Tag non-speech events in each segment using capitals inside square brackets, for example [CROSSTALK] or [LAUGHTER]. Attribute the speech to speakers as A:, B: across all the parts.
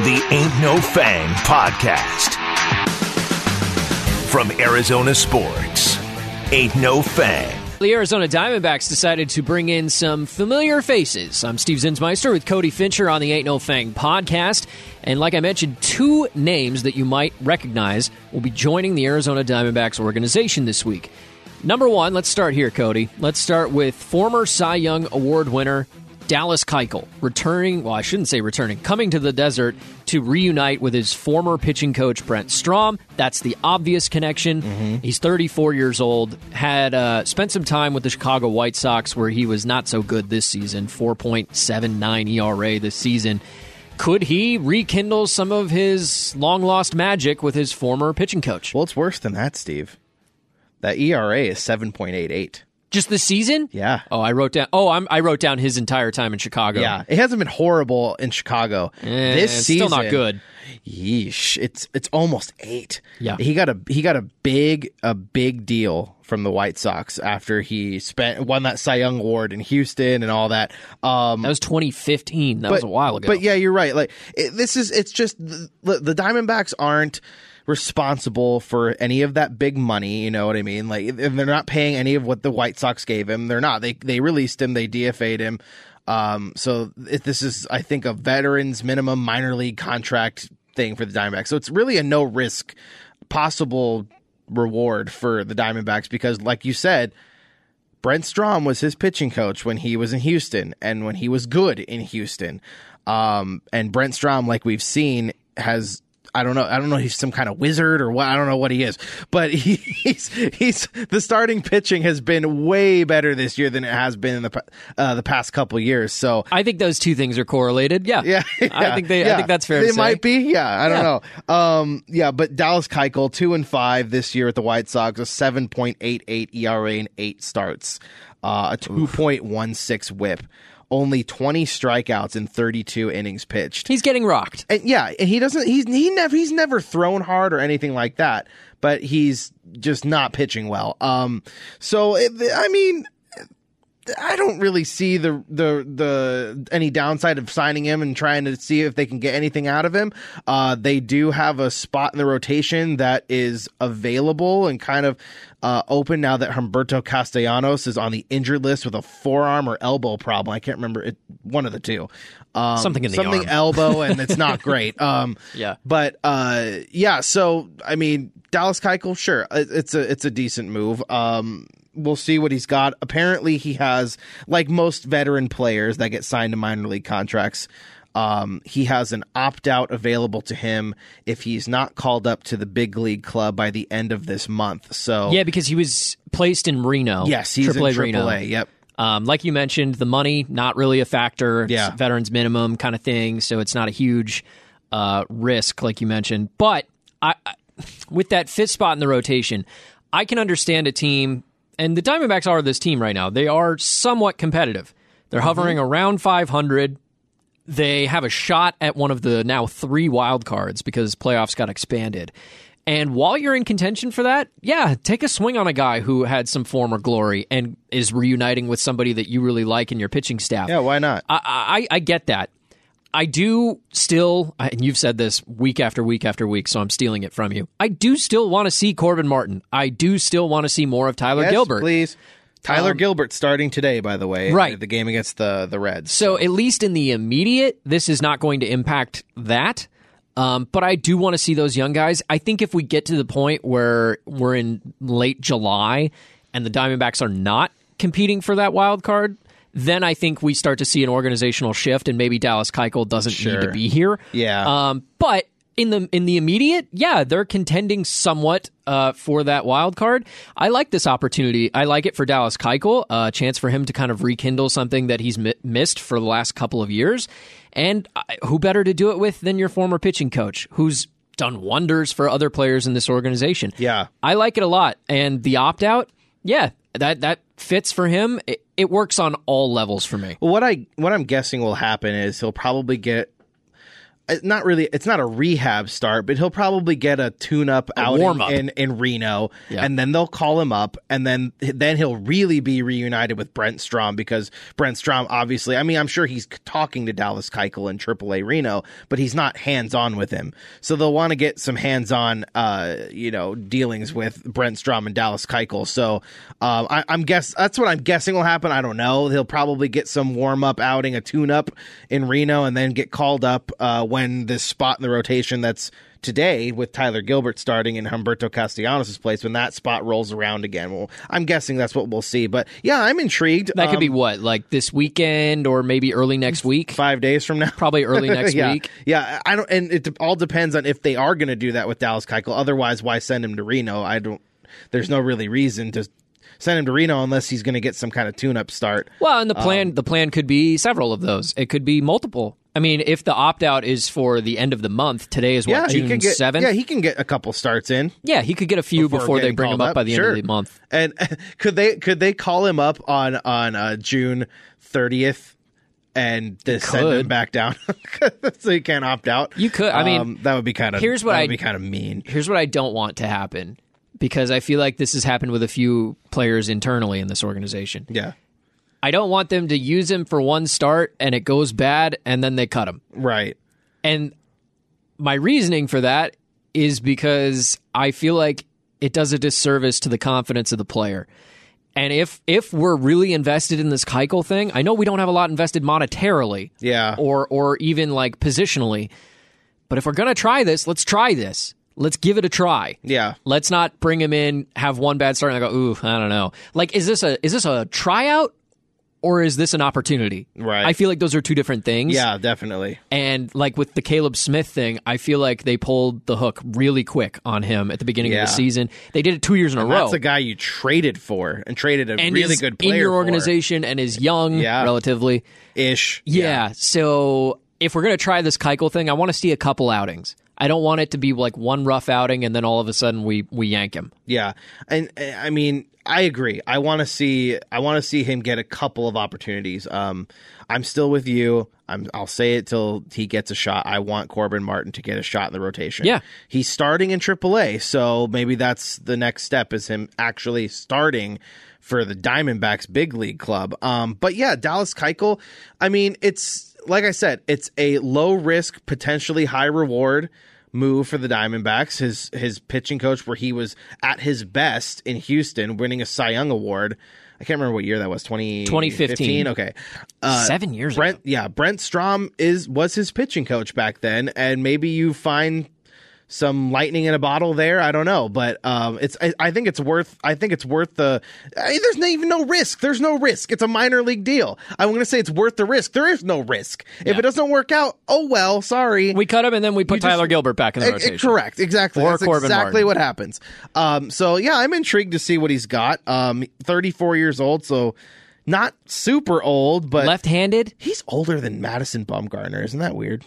A: The Ain't No Fang Podcast. From Arizona Sports, Ain't No Fang.
B: The Arizona Diamondbacks decided to bring in some familiar faces. I'm Steve Zinsmeister with Cody Fincher on the Ain't No Fang podcast. And like I mentioned, two names that you might recognize will be joining the Arizona Diamondbacks organization this week. Number one, let's start here, Cody. Let's start with former Cy Young Award winner Dallas Keuchel returning. Well, I shouldn't say returning, coming to the desert to reunite with his former pitching coach Brent Strom. That's the obvious connection.
C: Mm-hmm.
B: He's 34 years old. Had uh, spent some time with the Chicago White Sox, where he was not so good this season. 4.79 ERA E this season. Could he rekindle some of his long lost magic with his former pitching coach?
C: Well, it's worse than that, Steve. That ERA is 7.88.
B: Just this season?
C: Yeah.
B: Oh, I wrote down. Oh, I'm, I wrote down his entire time in Chicago.
C: Yeah, it hasn't been horrible in Chicago.
B: Eh,
C: this
B: it's
C: season,
B: still not good.
C: Yeesh, it's it's almost eight.
B: Yeah.
C: he got a he got a big a big deal from the White Sox after he spent won that Cy Young award in Houston and all that. Um,
B: That was 2015. That was a while ago.
C: But yeah, you're right. Like it, this is it's just the, the Diamondbacks aren't responsible for any of that big money. You know what I mean? Like if they're not paying any of what the White Sox gave him. They're not. They they released him. They DFA'd him. Um, so it, this is I think a veterans minimum minor league contract thing for the Diamondbacks. So it's really a no risk possible reward for the Diamondbacks because like you said Brent Strom was his pitching coach when he was in Houston and when he was good in Houston. Um, and Brent Strom, like we've seen, has I don't know. I don't know. if He's some kind of wizard or what. I don't know what he is. But [LAUGHS] he, he's he's the starting pitching has been way better this year than it has been in the pa- uh, the past couple years. So
B: I think those two things are correlated. Yeah.
C: yeah,
B: I think they. I
C: yeah.
B: think that's fair.
C: They
B: to say.
C: might be. Yeah, I don't
B: Yeah.
C: know. Um, yeah, but Dallas Keuchel two and five this year at the White Sox, a seven point eight eight ERA in eight starts, uh, a two point one six WHIP, only twenty strikeouts in thirty two innings pitched
B: He's getting rocked.
C: and yeah, and he doesn't. He's he never he's never thrown hard or anything like that. But he's just not pitching well. Um, so it, I mean, I don't really see the the the any downside of signing him and trying to see if they can get anything out of him. Uh, they do have a spot in the rotation that is available and kind of uh, open now that Humberto Castellanos is on the injured list with a forearm or elbow problem. I can't remember it. One of the two. Um,
B: Something in the
C: something
B: arm.
C: elbow, and
B: [LAUGHS]
C: it's not great. Um,
B: Yeah.
C: but uh, yeah. So I mean, Dallas Keuchel, sure, it- it's a it's a decent move. Um, we'll see what he's got. Apparently, he has like most veteran players that get signed to minor league contracts. Um, he has an opt out available to him if he's not called up to the big league club by the end of this month. So
B: Yeah, because he was placed in Reno.
C: yes, he's
B: AAA
C: in
B: Reno.
C: AAA. Yep.
B: Um, like you mentioned, the money not really a factor. It's
C: Yeah.
B: veterans minimum kind of thing, so it's not a huge uh, risk, like you mentioned. But I, I, with that fifth spot in the rotation, I can understand a team, and the Diamondbacks are this team right now. They are somewhat competitive. They're hovering around 500. They have a shot at one of the now three wild cards because playoffs got expanded. And while you're in contention for that, yeah, take a swing on a guy who had some former glory and is reuniting with somebody that you really like in your pitching staff.
C: Yeah. Why not?
B: I, I, I get that. I do still, I- and you've said this week after week after week, so I'm stealing it from you. I do still want to see Corbin Martin. I do still want to see more of Tyler
C: Yes,
B: Gilbert. Um,
C: please. Tyler Gilbert starting today, by the way.
B: Right.
C: The game against the the Reds.
B: So at least in the immediate, this is not going to impact that. Um, but I do want to see those young guys. I think if we get to the point where we're in late July and the Diamondbacks are not competing for that wild card, then I think we start to see an organizational shift, and maybe Dallas Keuchel doesn't need to
C: Sure.
B: be here.
C: Yeah.
B: Um, but in the in the immediate, yeah, they're contending somewhat uh, for that wild card. I like this opportunity. I like it for Dallas Keuchel, a chance for him to kind of rekindle something that he's mi- missed for the last couple of years. And I, who better to do it with than your former pitching coach, who's done wonders for other players in this organization?
C: Yeah.
B: I like it a lot. And the opt out, yeah, that that fits for him. It, it works on all levels for me.
C: Well, what I what I'm guessing will happen is he'll probably get it's not really it's not a rehab start, but he'll probably get a tune up out
B: warm-up.
C: in in Reno,
B: Yeah.
C: and then they'll call him up, and then then he'll really be reunited with Brent Strom because Brent Strom obviously, I mean, I'm sure he's talking to Dallas Keuchel in AAA Reno, but he's not hands on with him, so they'll want to get some hands on, uh, you know, dealings with Brent Strom and Dallas Keuchel. So um, I, I'm guess that's what I'm guessing will happen. I don't know. He'll probably get some warm up outing, a tune up in Reno, and then get called up uh, when this spot in the rotation that's today with Tyler Gilbert starting in Humberto Castellanos' place when that spot rolls around again. Well, I'm guessing that's what we'll see. But yeah, I'm intrigued.
B: That could
C: Um,
B: be what, like this weekend or maybe early next week?
C: five days from now.
B: Probably
C: [LAUGHS]
B: early next
C: yeah.
B: week.
C: Yeah, I don't, and it de- all depends on if they are going to do that with Dallas Keuchel. Otherwise, why send him to Reno? I don't. There's no really reason to send him to Reno unless he's going to get some kind of tune-up start.
B: Well, and the plan
C: Um,
B: the plan could be several of those. It could be multiple. I mean, if the opt out is for the end of the month, today is what
C: yeah, he
B: June
C: can get.
B: seventh.
C: Yeah, he can get a couple starts in.
B: Yeah, he could get a few before,
C: before
B: they
C: getting
B: bring him
C: called
B: up
C: up,
B: by the end
C: sure.
B: of the month.
C: And [LAUGHS] could they could they call him up on on uh, June 30th? And just send
B: could.
C: him back down, [LAUGHS] so he can't opt out. Um,
B: You could- I mean,
C: that would be kind of.
B: here's what
C: that
B: I-
C: would be kind of mean.
B: Here's what I don't want to happen because I feel like this has happened with a few players internally in this organization.
C: Yeah,
B: I don't want them to use him for one start and it goes bad and then they cut him.
C: right.
B: And my reasoning for that is because I feel like it does a disservice to the confidence of the player. And if if we're really invested in this Keuchel thing, I know we don't have a lot invested monetarily,
C: Yeah.
B: or or even like positionally. But if we're gonna try this, let's try this. Let's give it a try.
C: Yeah.
B: Let's not bring him in, have one bad start, and I go, ooh, I don't know. Like, is this a is this a tryout or is this an opportunity?
C: Right.
B: I feel like those are two different things.
C: Yeah, definitely.
B: And like with the Caleb Smith thing, I feel like they pulled the hook really quick on him at the beginning
C: Yeah.
B: of the season. They did it two years in a row.
C: That's a guy you traded for and traded a
B: and
C: really
B: is
C: good player
B: in your
C: for,
B: organization and is young
C: Yeah.
B: relatively.
C: ish.
B: Yeah. So if we're gonna try this Keuchel thing, I want to see a couple outings. I don't want it to be like one rough outing and then all of a sudden we we yank him.
C: yeah. And uh, I mean, I agree. I want to see I want to see him get a couple of opportunities. Um I'm still with you. I'm I'll say it till he gets a shot. I want Corbin Martin to get a shot in the rotation.
B: Yeah.
C: He's starting in AAA, so maybe that's the next step is him actually starting for the Diamondbacks big league club. Um, but yeah, Dallas Keuchel. I mean, it's like I said, it's a low risk, potentially high reward move for the Diamondbacks. His his pitching coach, where he was at his best in Houston, winning a Cy Young award. I can't remember what year that was. 20,
B: 2015.
C: Okay.
B: Seven years ago.
C: Uh, Brent, yeah, Brent Strom is was his pitching coach back then, and maybe you find some lightning in a bottle there. I don't know, but um, it's I, I think it's worth I think it's worth the I mean, there's not even no risk. There's no risk. It's a minor league deal. I'm gonna say it's worth the risk. There is no risk. If it doesn't work out, oh well, sorry.
B: We cut him and then we put
C: just-
B: Tyler Gilbert back in the
C: E-
B: rotation.
C: correct, exactly.
B: Or
C: That's
B: Corbin
C: exactly
B: Martin.
C: what happens. Um, so yeah, I'm intrigued to see what he's got. Um, 34 years old, so not super old, but
B: Left-handed?
C: He's older than Madison Bumgarner. Isn't that weird?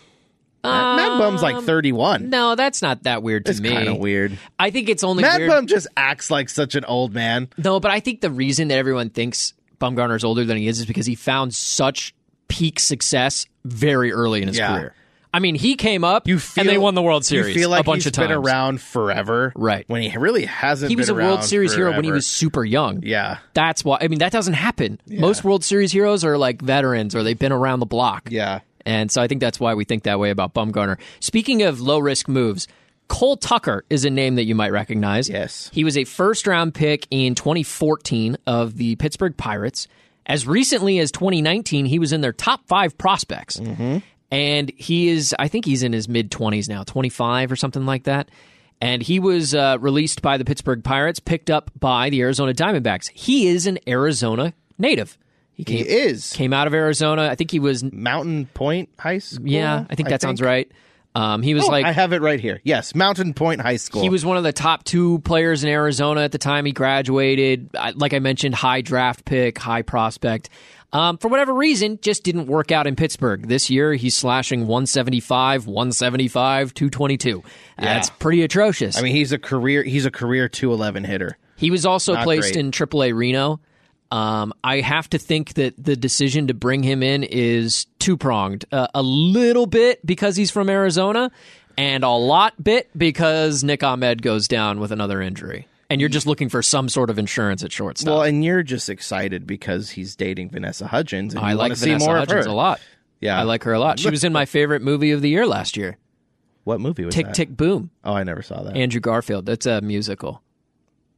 C: Mad, Mad Bum's like 31.
B: Um, No, that's not that weird to
C: That's
B: me.
C: kind of weird.
B: I think it's only
C: Mad
B: weird.
C: Bum just acts like such an old man.
B: No, but I think the reason that everyone thinks Bumgarner's older than he is is because he found such peak success very early in his
C: Yeah.
B: career. I mean, he came up
C: You feel,
B: and they won the World Series
C: You feel like
B: a bunch
C: he's
B: of times.
C: been around forever,
B: Right.
C: When he really hasn't.
B: he was a
C: been
B: World
C: around
B: Series hero when he
C: forever.
B: was super young.
C: Yeah,
B: That's why I mean that doesn't happen. Most World Series heroes are like veterans or they've been around the block.
C: yeah.
B: And so I think that's why we think that way about Bumgarner. Speaking of low risk moves, Cole Tucker is a name that you might recognize.
C: Yes.
B: He was a first round pick in 2014 of the Pittsburgh Pirates. As recently as 2019, he was in their top five prospects. And he is, I think he's in his mid 20s now, 25 or something like that. And he was uh, released by the Pittsburgh Pirates, picked up by the Arizona Diamondbacks. He is an Arizona native. He
C: He
B: came,
C: is
B: came out of Arizona. I think he was
C: Mountain Point High School. Oh,
B: yeah, I think that sounds right. Um, he was
C: I
B: like
C: have it right here. Yes, Mountain Point High School.
B: he was one of the top two players in Arizona at the time he graduated. I, like I mentioned, high draft pick, high prospect. Um, for whatever reason, just didn't work out in Pittsburgh this year. He's slashing 175, 175, 222. That's pretty atrocious.
C: I mean, he's a career. He's a career two eleven hitter.
B: he was also
C: not
B: placed
C: great.
B: in AAA Reno. Um, I have to think that the decision to bring him in is two pronged. Uh, a little bit because he's from Arizona, and a lot bit because Nick Ahmed goes down with another injury. And you're just looking for some sort of insurance at shortstop.
C: Well, and you're just excited because he's dating Vanessa Hudgens. And
B: I
C: you
B: like
C: wanna
B: Vanessa
C: see more of
B: Hudgens
C: her.
B: a lot.
C: Yeah.
B: I like her a lot. She was in my favorite movie of the year last year,
C: What movie was
B: Tick
C: that?
B: Tick Boom.
C: Oh, I never saw that.
B: Andrew Garfield. That's a musical.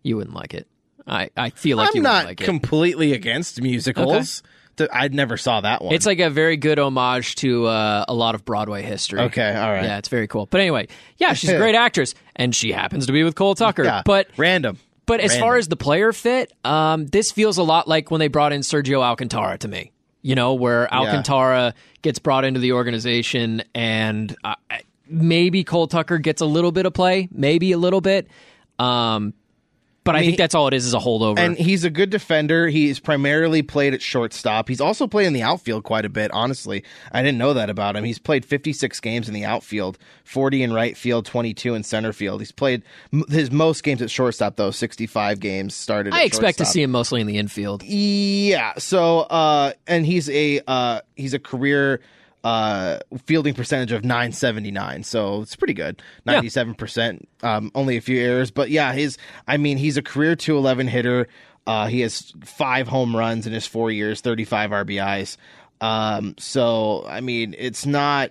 B: You wouldn't like it. I, I feel like
C: I'm
B: you
C: not
B: wouldn't like it.
C: completely against musicals. Th- I never saw that one.
B: It's like a very good homage to uh, a lot of Broadway history.
C: okay, all right.
B: Yeah, it's very cool. But anyway, yeah, she's
C: [LAUGHS]
B: a great actress, and she happens to be with Cole Tucker.
C: Yeah.
B: But
C: random.
B: but as
C: Random.
B: far as the player fit, um, this feels a lot like when they brought in Sergio Alcantara to me. You know, where Alcantara gets brought into the organization, and uh, maybe Cole Tucker gets a little bit of play, maybe a little bit. Um, but I, think that's all it is is a holdover.
C: And he's a good defender. He's primarily played at shortstop. He's also played in the outfield quite a bit, honestly. I didn't know that about him. He's played 56 games in the outfield, 40 in right field, 22 in center field. He's played m- his most games at shortstop, though, 65 games started.
B: I
C: at
B: expect to
C: shortstop.
B: see him mostly in the infield.
C: Yeah. So, uh, and he's a uh, he's a career uh, fielding percentage of 979. So it's pretty good, 97 percent. Um, only a few errors, but yeah, his I mean, he's a career 211 hitter. Uh, he has five home runs in his four years, 35 RBIs. Um, so I mean, it's not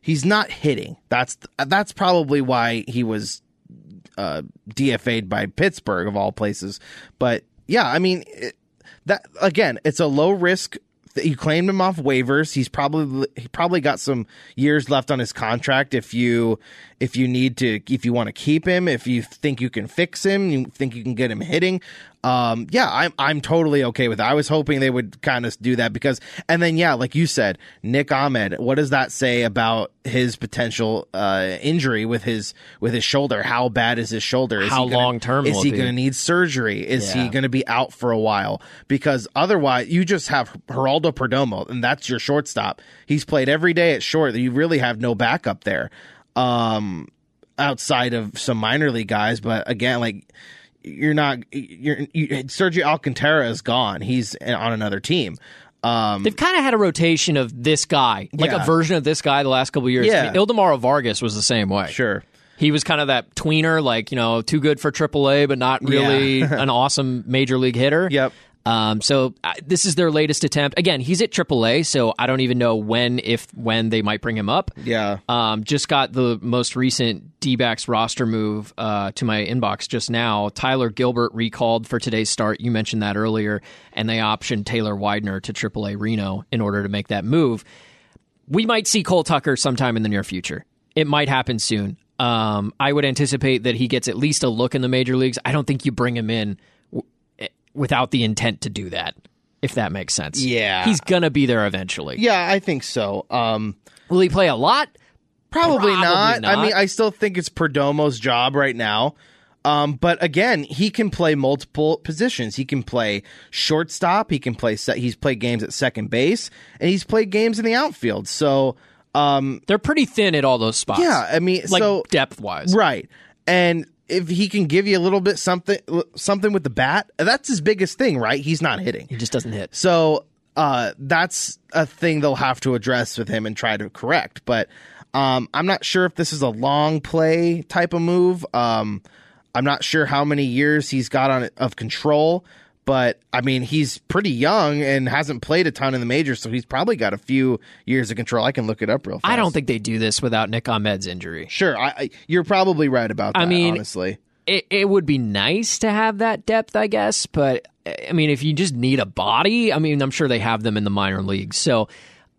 C: he's not hitting. That's that's probably why he was uh, DFA'd by Pittsburgh of all places. But yeah, I mean it, that again, it's a low risk. that You claimed him off waivers. He's probably he probably got some years left on his contract. If you if you need to if you want to keep him, if you think you can fix him, you think you can get him hitting. Um, yeah, I'm I'm totally okay with. That. I was hoping they would kind of do that because and then yeah, like you said, Nick Ahmed. What does that say about his potential uh, injury with his with his shoulder? How bad is his shoulder? Is
B: How
C: he gonna-
B: long-term will
C: Is
B: it
C: he
B: be?
C: going to need surgery? Is
B: Yeah.
C: he going to be out for a while? Because otherwise, you just have Geraldo Perdomo, and that's your shortstop. He's played every day at short. You really have no backup there, um, outside of some minor league guys. But again, like you're not, you're you, Sergio Alcantara is gone. He's on another team. Um,
B: They've kind of had a rotation of this guy, like a
C: Yeah.
B: version of this guy the last couple of years.
C: Yeah.
B: I mean, Ildemaro Vargas was the same way.
C: sure.
B: He was kind of that tweener, like, you know, too good for AAA, but not really
C: [LAUGHS]
B: an awesome major league hitter.
C: Yep.
B: Um, so uh, this is their latest attempt. Again, he's at AAA, so I don't even know when, if when they might bring him up.
C: Yeah.
B: Um, just got the most recent D backs roster move uh, to my inbox just now. Tyler Gilbert recalled for today's start. You mentioned that earlier, and they optioned Taylor Widener to AAA Reno in order to make that move. We might see Cole Tucker sometime in the near future. It might happen soon. Um, I would anticipate that he gets at least a look in the major leagues. I don't think you bring him in w- eh, without the intent to do that, if that makes sense.
C: Yeah.
B: He's going to be there eventually.
C: Yeah, I think so. Um,
B: Will he play a lot?
C: Probably,
B: Probably
C: not.
B: not.
C: I mean, I still think it's Perdomo's job right now. Um, but again, he can play multiple positions. He can play shortstop. He can play. Se- he's played games at second base, and he's played games in the outfield. So
B: They're pretty thin at all those spots.
C: yeah, I mean,
B: like
C: so
B: depth wise.
C: right. And if he can give you a little bit something, something with the bat, that's his biggest thing, right? He's not hitting.
B: He just doesn't hit.
C: So uh, that's a thing they'll have to address with him and try to correct. But um, I'm not sure if this is a long play type of move. Um, I'm not sure how many years he's got on of control. But I mean, he's pretty young and hasn't played a ton in the majors, so he's probably got a few years of control. I can look it up real fast.
B: I don't think they do this without Nick Ahmed's injury.
C: Sure, I, I, you're probably right about that.
B: I mean,
C: honestly,
B: It, it would be nice to have that depth, I guess, but I mean, if you just need a body, I mean, I'm sure they have them in the minor leagues. So,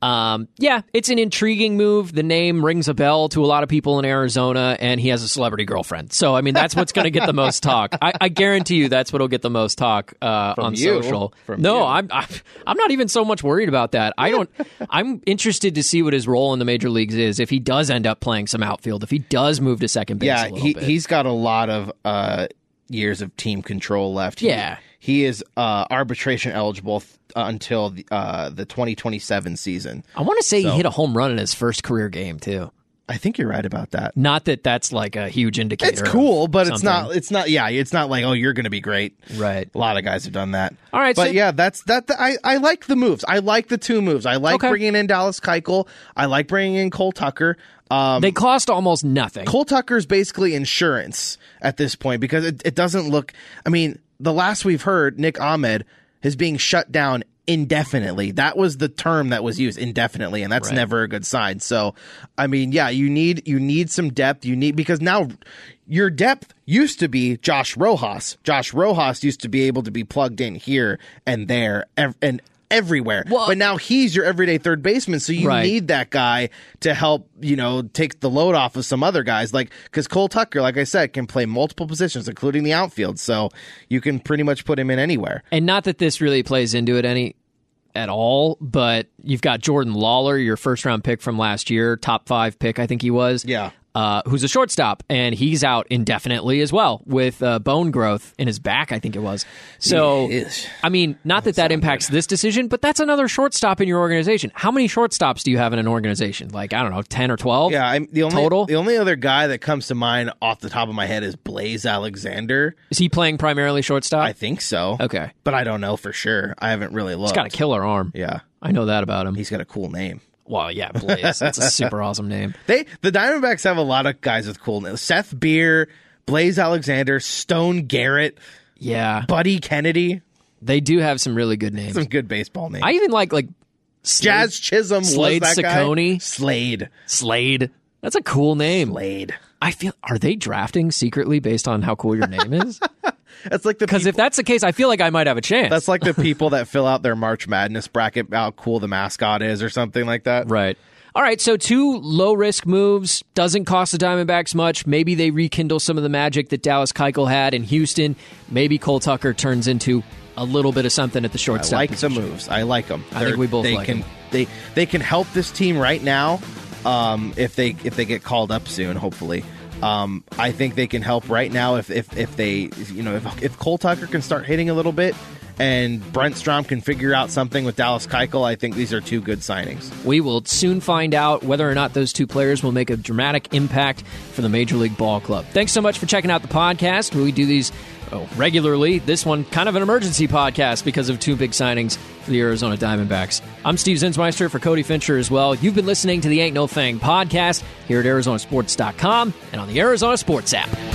B: um, yeah, it's an intriguing move. The name rings a bell to a lot of people in Arizona, and he has a celebrity girlfriend. So, I mean, that's what's going to get the most talk. I, I guarantee you, that's what'll get the most talk uh, on
C: you.
B: social.
C: From
B: no,
C: you.
B: I'm I'm I'm not even so much worried about that. I don't. I'm interested to see what his role in the major leagues is. If he does end up playing some outfield, if he does move to second base,
C: yeah,
B: a little
C: he
B: bit.
C: he's got a lot of uh, years of team control left. He-
B: Yeah.
C: he is uh, arbitration eligible th- uh, until the, uh, the 2027 season.
B: I want to say
C: So-
B: he hit a home run in his first career game too.
C: I think you're right about that.
B: Not that that's like a huge indicator.
C: It's cool,
B: of
C: but it's
B: something.
C: not. It's not. Yeah, it's not like oh, you're going to be great.
B: Right.
C: A lot of guys have done that.
B: All right,
C: but
B: so-
C: yeah, that's that. th- I I like the moves. I like the two moves. I like
B: Okay.
C: bringing in Dallas Keuchel. I like bringing in Cole Tucker. Um,
B: They cost almost nothing.
C: Cole Tucker's basically insurance at this point because it, it doesn't look. I mean, the last we've heard, Nick Ahmed is being shut down indefinitely. That was the term that was used indefinitely, and that's
B: Right.
C: never a good sign. So, I mean, yeah, you need you need some depth. You need because now your depth used to be Josh Rojas. Josh Rojas used to be able to be plugged in here and there ev- and everywhere.
B: Well-
C: but now he's your everyday third baseman, so you
B: Right.
C: need that guy to help, you know, take the load off of some other guys. Like, because Cole Tucker, like I said, can play multiple positions, including the outfield. So you can pretty much put him in anywhere.
B: And not that this really plays into it any at all, but you've got Jordan Lawler, your first round pick from last year, top five pick, I think he was.
C: Yeah.
B: Uh, who's a shortstop, and he's out indefinitely as well with uh, bone growth in his back, I think it was. So,
C: Yeesh.
B: I mean, not that that impacts this decision, but that's another shortstop in your organization. How many shortstops do you have in an organization? Like, I don't know, 10 or 12?
C: Yeah, I'm, the only
B: Total?
C: the only other guy that comes to mind off the top of my head is Blaze Alexander.
B: Is he playing primarily shortstop?
C: I think so.
B: Okay.
C: but I don't know for sure. I haven't really looked.
B: he's got a killer arm.
C: yeah,
B: I know that about him.
C: he's got a cool name.
B: Well, yeah, Blaze. That's a super
C: [LAUGHS]
B: awesome name.
C: They the Diamondbacks have a lot of guys with cool names. Seth Beer, Blaze Alexander, Stone Garrett,
B: Yeah.
C: Buddy Kennedy.
B: They do have some really good names.
C: Some good baseball names.
B: I even like like Slade,
C: Jazz Chisholm
B: Slade
C: was that guy.
B: Ciccone?
C: Slade.
B: Slade. That's a cool name.
C: Slade.
B: I feel are they drafting secretly based on how cool your name
C: [LAUGHS]
B: is?
C: That's like the
B: Because
C: people,
B: if that's the case, I feel like I might have a chance.
C: that's like the people that fill out their March Madness bracket how cool the mascot is or something like that.
B: right. All right, so two low risk moves doesn't cost the Diamondbacks much. Maybe they rekindle some of the magic that Dallas Keuchel had in Houston. Maybe Cole Tucker turns into a little bit of something at the
C: I
B: shortstop.
C: like
B: position.
C: the moves. I like them.
B: I think we both
C: they
B: like
C: can
B: 'em.
C: they they can help this team right now um, if they if they get called up soon, hopefully. Um, I think they can help right now if if, if they you know if, if Cole Tucker can start hitting a little bit and Brent Strom can figure out something with Dallas Keuchel. I think these are two good signings.
B: We will soon find out whether or not those two players will make a dramatic impact for the Major League Ball Club. Thanks so much for checking out the podcast. We do these oh, regularly. This one, kind of an emergency podcast because of two big signings for the Arizona Diamondbacks. I'm Steve Zinsmeister for Cody Fincher as well. You've been listening to the Ain't No Thing podcast here at Arizonasports.com and on the Arizona Sports app.